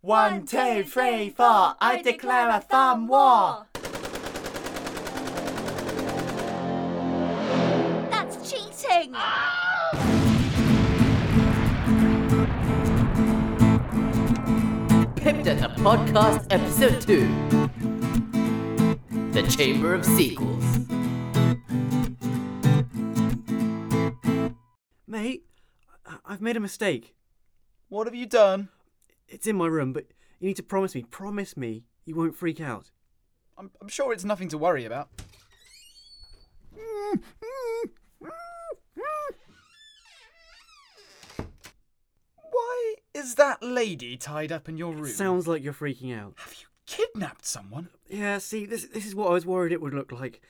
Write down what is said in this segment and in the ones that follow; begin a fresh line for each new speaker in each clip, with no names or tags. One, two, three, four. I declare a thumb war.
That's cheating.
Pipped at a Podcast, Episode 2 The Chamber of Sequels.
Mate, I- I've made a mistake.
What have you done?
It's in my room, but you need to promise me, promise me, you won't freak out.
I'm, I'm sure it's nothing to worry about. Mm. Why is that lady tied up in your room?
Sounds like you're freaking out.
Have you kidnapped someone?
Yeah, see, this this is what I was worried it would look like.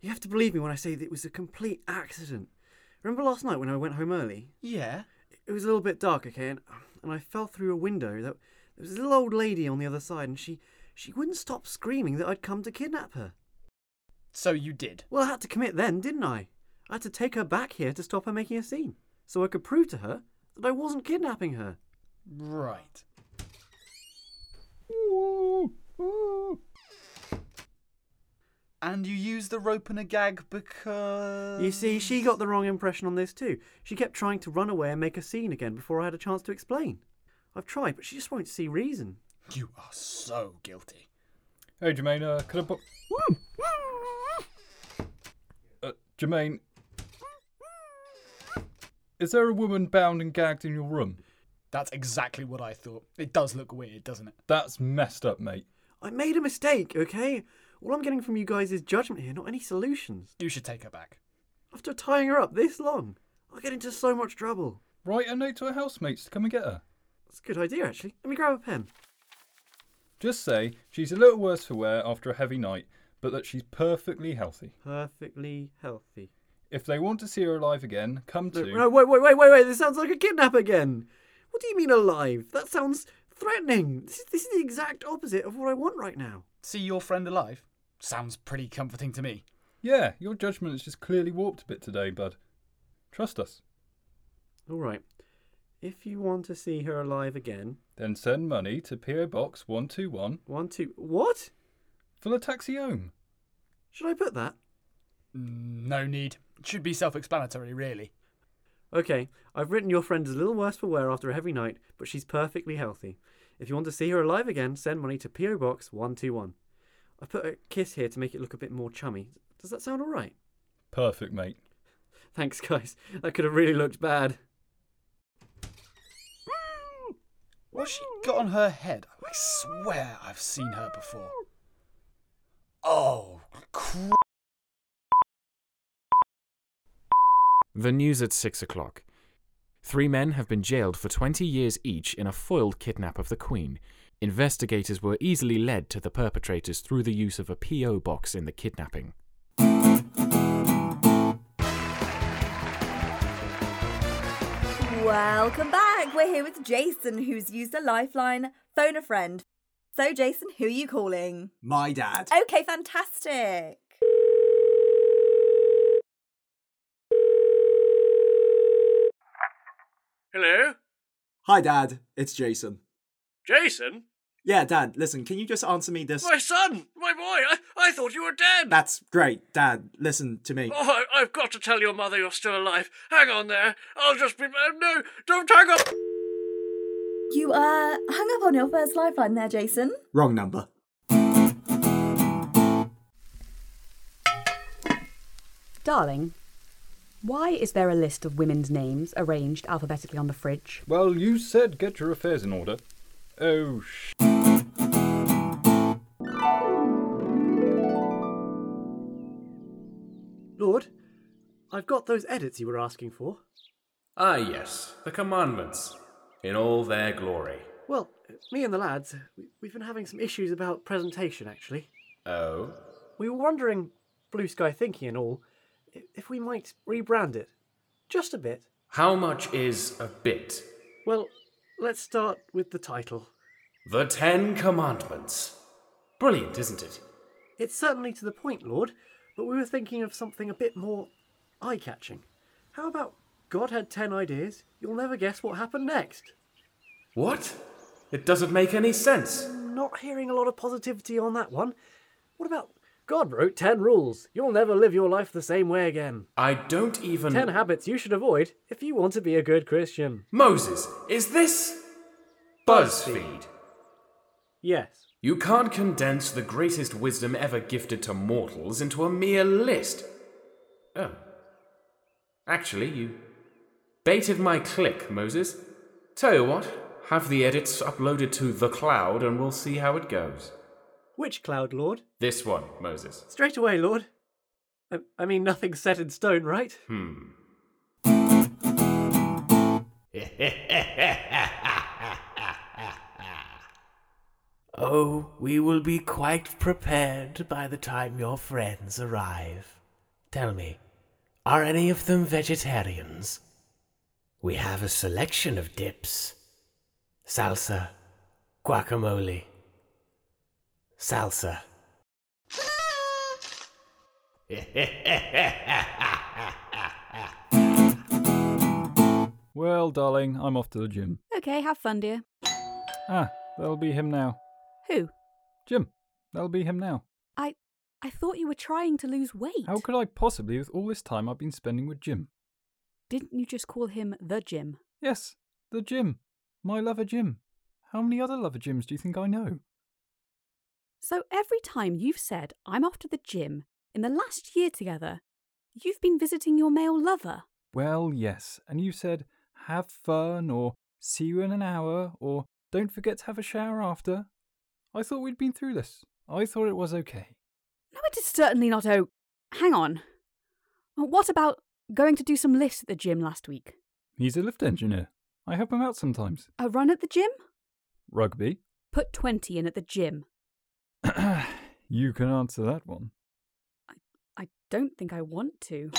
You have to believe me when I say that it was a complete accident. Remember last night when I went home early?
Yeah.
It was a little bit dark, okay, and, and I fell through a window. That, there was a little old lady on the other side, and she she wouldn't stop screaming that I'd come to kidnap her.
So you did.
Well, I had to commit then, didn't I? I had to take her back here to stop her making a scene, so I could prove to her that I wasn't kidnapping her.
Right. And you used the rope and a gag because.
You see, she got the wrong impression on this too. She kept trying to run away and make a scene again before I had a chance to explain. I've tried, but she just won't see reason.
You are so guilty.
Hey, Jermaine, uh, could I book. Uh, Jermaine. Is there a woman bound and gagged in your room?
That's exactly what I thought. It does look weird, doesn't it?
That's messed up, mate.
I made a mistake, okay? All I'm getting from you guys is judgment here, not any solutions.
You should take her back.
After tying her up this long, I'll get into so much trouble.
Write a note to her housemates to come and get her.
That's a good idea, actually. Let me grab a pen.
Just say she's a little worse for wear after a heavy night, but that she's perfectly healthy.
Perfectly healthy.
If they want to see her alive again, come
No,
to.
no, wait, wait, wait, wait, wait. This sounds like a kidnap again. What do you mean alive? That sounds threatening. This is, this is the exact opposite of what I want right now.
See your friend alive? Sounds pretty comforting to me.
Yeah, your judgment is just clearly warped a bit today, bud. Trust us.
All right. If you want to see her alive again,
Then send money to PO Box 121
one, two. What?
for the taxi home.
Should I put that?
Mm, No need. It should be self explanatory, really.
Okay, I've written your friend is a little worse for wear after a heavy night, but she's perfectly healthy. If you want to see her alive again, send money to P.O. Box 121. I put a kiss here to make it look a bit more chummy. Does that sound alright?
Perfect, mate.
Thanks, guys. That could have really looked bad.
What's she got on her head? I swear I've seen her before. Oh, cr-
The news at 6 o'clock. Three men have been jailed for 20 years each in a foiled kidnap of the Queen. Investigators were easily led to the perpetrators through the use of a P.O. box in the kidnapping.
Welcome back. We're here with Jason, who's used a lifeline, phone a friend. So, Jason, who are you calling?
My dad.
Okay, fantastic.
Hello?
Hi, Dad. It's Jason.
Jason?
Yeah, Dad, listen, can you just answer me this?
My son! My boy! I, I thought you were dead!
That's great, Dad. Listen to me.
Oh, I, I've got to tell your mother you're still alive. Hang on there. I'll just be. oh, no, don't hang up!
You uh hung up on your first lifeline there, Jason.
Wrong number.
Darling, why is there a list of women's names arranged alphabetically on the fridge?
Well, you said get your affairs in order. Oh, sh.
Lord, I've got those edits you were asking for.
Ah, yes, the commandments, in all their glory.
Well, me and the lads, we- we've been having some issues about presentation, actually.
Oh,
We were wondering, Blue Sky Thinking and all, i- if we might rebrand it. Just a bit.
how much is a bit?
Well, let's start with the title.
The Ten Commandments. Brilliant, isn't it?
It's certainly to the point, Lord, but we were thinking of something a bit more eye catching. How about God had 10 ideas, you'll never guess what happened next?
What? It doesn't make any sense.
Not hearing a lot of positivity on that one. What about God wrote 10 rules? You'll never live your life the same way again.
I don't even.
10 habits you should avoid if you want to be a good Christian.
Moses, is this. BuzzFeed?
Yes.
You can't condense the greatest wisdom ever gifted to mortals into a mere list. Oh. Actually, you baited my click, Moses. Tell you what, have the edits uploaded to the cloud and we'll see how it goes.
Which cloud, Lord?
This one, Moses.
Straight away, Lord. I, I mean, nothing's set in stone, right?
Hmm.
Oh, we will be quite prepared by the time your friends arrive. Tell me, are any of them vegetarians? We have a selection of dips salsa, guacamole, salsa.
Well, darling, I'm off to the gym.
Okay, have fun, dear.
Ah, that'll be him now.
Who?
Jim, that'll be him now.
I I thought you were trying to lose weight.
How could I possibly, with all this time I've been spending with Jim?
Didn't you just call him the Jim?
Yes, the Jim. My lover Jim. How many other lover Jims do you think I know?
So every time you've said I'm off to the gym in the last year together, you've been visiting your male lover.
Well, yes. And you said, have fun, or see you in an hour, or don't forget to have a shower after. I thought we'd been through this. I thought it was okay.
No, it is certainly not oh hang on. What about going to do some lifts at the gym last week?
He's a lift engineer. I help him out sometimes.
A run at the gym?
Rugby?
Put twenty in at the gym.
You can answer that one.
I don't think I want to.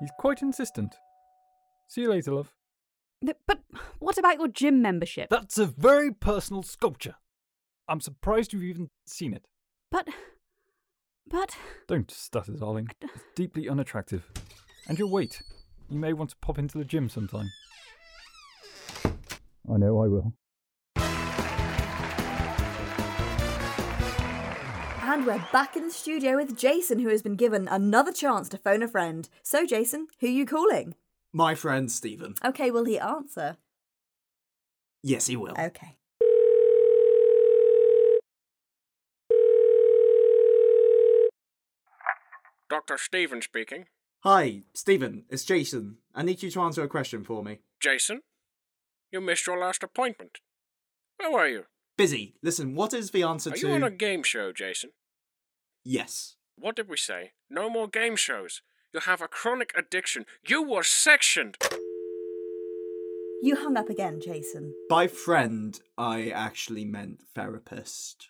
He's quite insistent. See you later, love.
Th- But what about your gym membership?
That's a very personal sculpture. I'm surprised you've even seen it.
But but
Don't stutter, darling. It's deeply unattractive. And your weight. You may want to pop into the gym sometime. I know I will.
And we're back in the studio with Jason, who has been given another chance to phone a friend. So, Jason, who you calling?
My friend Stephen.
Okay, will he answer?
Yes, he will.
Okay.
Dr. Stephen speaking.
Hi, Stephen. It's Jason. I need you to answer a question for me.
Jason, you missed your last appointment. Where were you?
Busy. Listen, what is the answer
Are
to?
you on a game show, Jason?
Yes.
What did we say? No more game shows. You have a chronic addiction. You were sectioned.
You hung up again, Jason.
By friend, I actually meant therapist.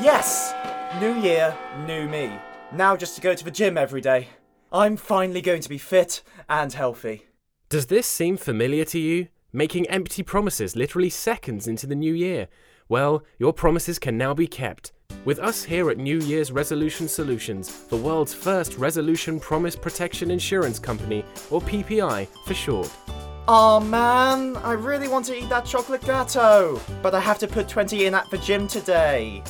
Yes! New year, new me. Now just to go to the gym every day. I'm finally going to be fit and healthy.
Does this seem familiar to you? Making empty promises literally seconds into the new year. Well, your promises can now be kept. With us here at New Year's Resolution Solutions, the world's first resolution promise protection insurance company, or PPI for short.
Aw man, I really want to eat that chocolate gatto, but I have to put 20 in at the gym today.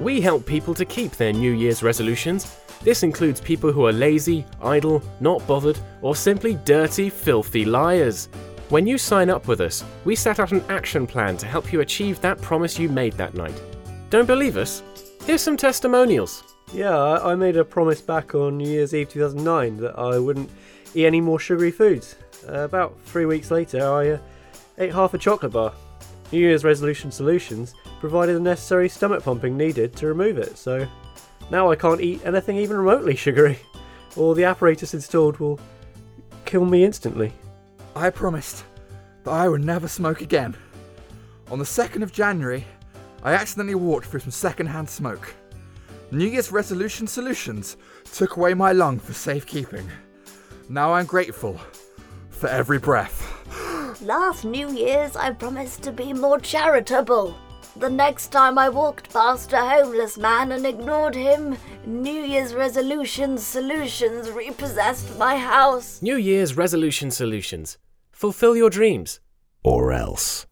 We help people to keep their New Year's resolutions. This includes people who are lazy, idle, not bothered, or simply dirty, filthy liars. When you sign up with us, we set out an action plan to help you achieve that promise you made that night. Don't believe us? Here's some testimonials.
Yeah, I I made a promise back on New Year's Eve 2009 that I wouldn't eat any more sugary foods. Uh, about three weeks later, I uh, ate half a chocolate bar. New Year's resolution solutions provided the necessary stomach pumping needed to remove it, so now I can't eat anything even remotely sugary, or the apparatus installed will kill me instantly.
I promised that I would never smoke again. On the 2nd of January, I accidentally walked through some secondhand smoke. New Year's resolution solutions took away my lung for safekeeping. Now I'm grateful for every breath.
Last New Year's, I promised to be more charitable. The next time I walked past a homeless man and ignored him, New Year's resolution solutions repossessed my house.
New Year's resolution solutions. Fulfill your dreams.
Or else.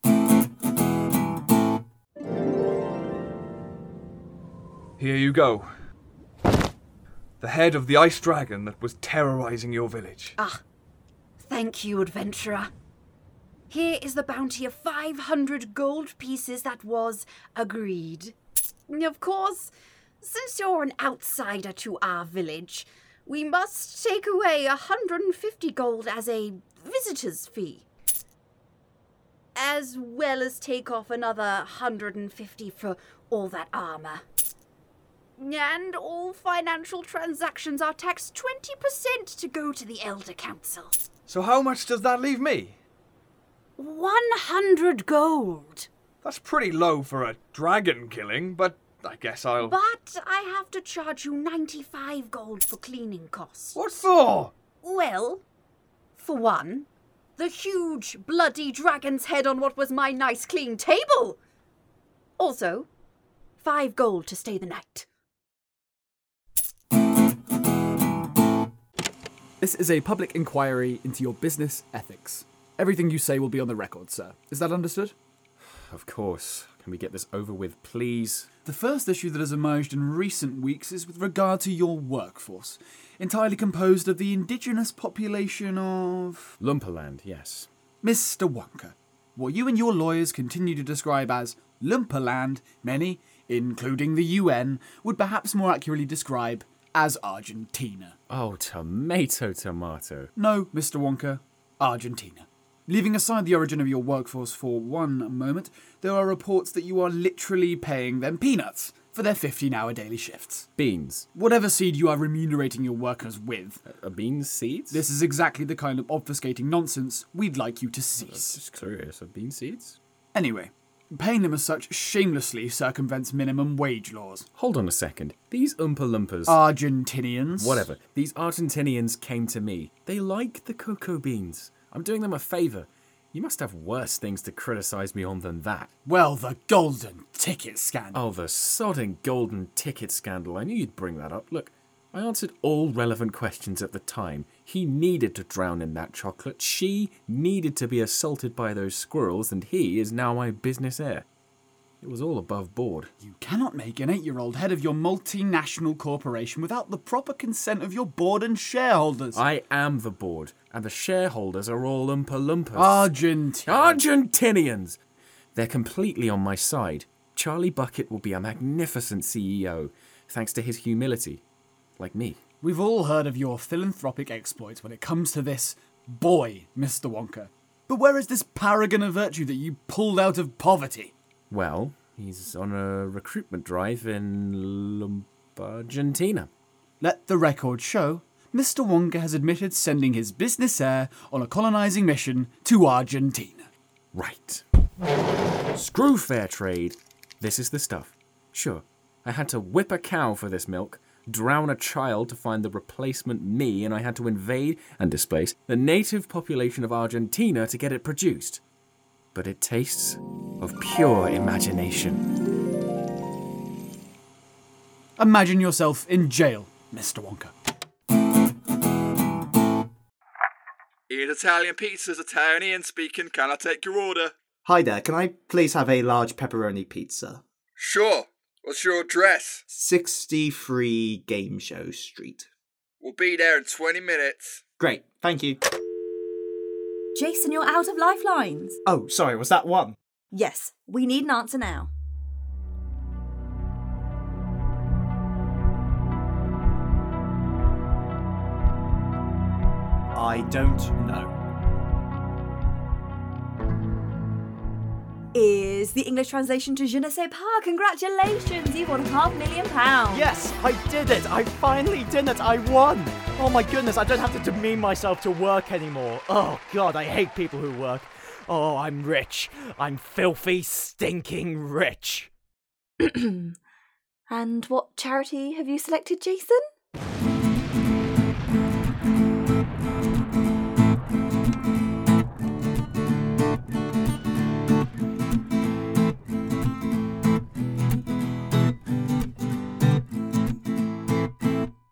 Here you go. The head of the ice dragon that was terrorizing your village.
Ah, thank you, adventurer. Here is the bounty of 500 gold pieces that was agreed. Of course, since you're an outsider to our village, we must take away 150 gold as a visitor's fee, as well as take off another 150 for all that armor. And all financial transactions are taxed 20% to go to the Elder Council.
So, how much does that leave me?
100 gold.
That's pretty low for a dragon killing, but I guess I'll.
But I have to charge you 95 gold for cleaning costs.
What for?
Well, for one, the huge bloody dragon's head on what was my nice clean table. Also, 5 gold to stay the night.
This is a public inquiry into your business ethics. Everything you say will be on the record, sir. Is that understood?
Of course. Can we get this over with, please?
The first issue that has emerged in recent weeks is with regard to your workforce, entirely composed of the indigenous population of.
Lumperland, yes.
Mr. Wonka. What you and your lawyers continue to describe as Lumperland, many, including the UN, would perhaps more accurately describe as Argentina.
Oh, tomato, tomato.
No, Mr. Wonka, Argentina. Leaving aside the origin of your workforce for one moment, there are reports that you are literally paying them peanuts for their 15 hour daily shifts.
Beans.
Whatever seed you are remunerating your workers with.
A, a bean seeds?
This is exactly the kind of obfuscating nonsense we'd like you to cease.
just curious. Are bean seeds?
Anyway, paying them as such shamelessly circumvents minimum wage laws.
Hold on a second. These Oompa Loompas.
Argentinians.
Whatever. These Argentinians came to me. They like the cocoa beans. I'm doing them a favour. You must have worse things to criticise me on than that.
Well, the golden ticket scandal.
Oh, the sodding golden ticket scandal. I knew you'd bring that up. Look, I answered all relevant questions at the time. He needed to drown in that chocolate. She needed to be assaulted by those squirrels, and he is now my business heir. It was all above board.
You cannot make an eight year old head of your multinational corporation without the proper consent of your board and shareholders.
I am the board, and the shareholders are all Oompa Loompas.
Ah, Argentinians.
Argentinians! They're completely on my side. Charlie Bucket will be a magnificent CEO, thanks to his humility. Like me.
We've all heard of your philanthropic exploits when it comes to this boy, Mr. Wonka. But where is this paragon of virtue that you pulled out of poverty?
Well, he's on a recruitment drive in Lump Argentina.
Let the record show Mr. Wonka has admitted sending his business heir on a colonizing mission to Argentina.
Right. Screw fair trade. This is the stuff. Sure, I had to whip a cow for this milk, drown a child to find the replacement me, and I had to invade and displace the native population of Argentina to get it produced. But it tastes of pure imagination.
Imagine yourself in jail, Mr. Wonka.
Eat Italian pizzas, Italian speaking. Can I take your order?
Hi there, can I please have a large pepperoni pizza?
Sure. What's your address?
63 Game Show Street.
We'll be there in 20 minutes.
Great, thank you.
Jason, you're out of lifelines.
Oh, sorry, was that one?
Yes, we need an answer now.
I don't know.
Is the English translation to Je ne sais pas? Congratulations, you won half a million pounds.
Yes, I did it! I finally did it! I won! Oh my goodness, I don't have to demean myself to work anymore. Oh god, I hate people who work. Oh, I'm rich. I'm filthy, stinking rich.
and what charity have you selected, Jason?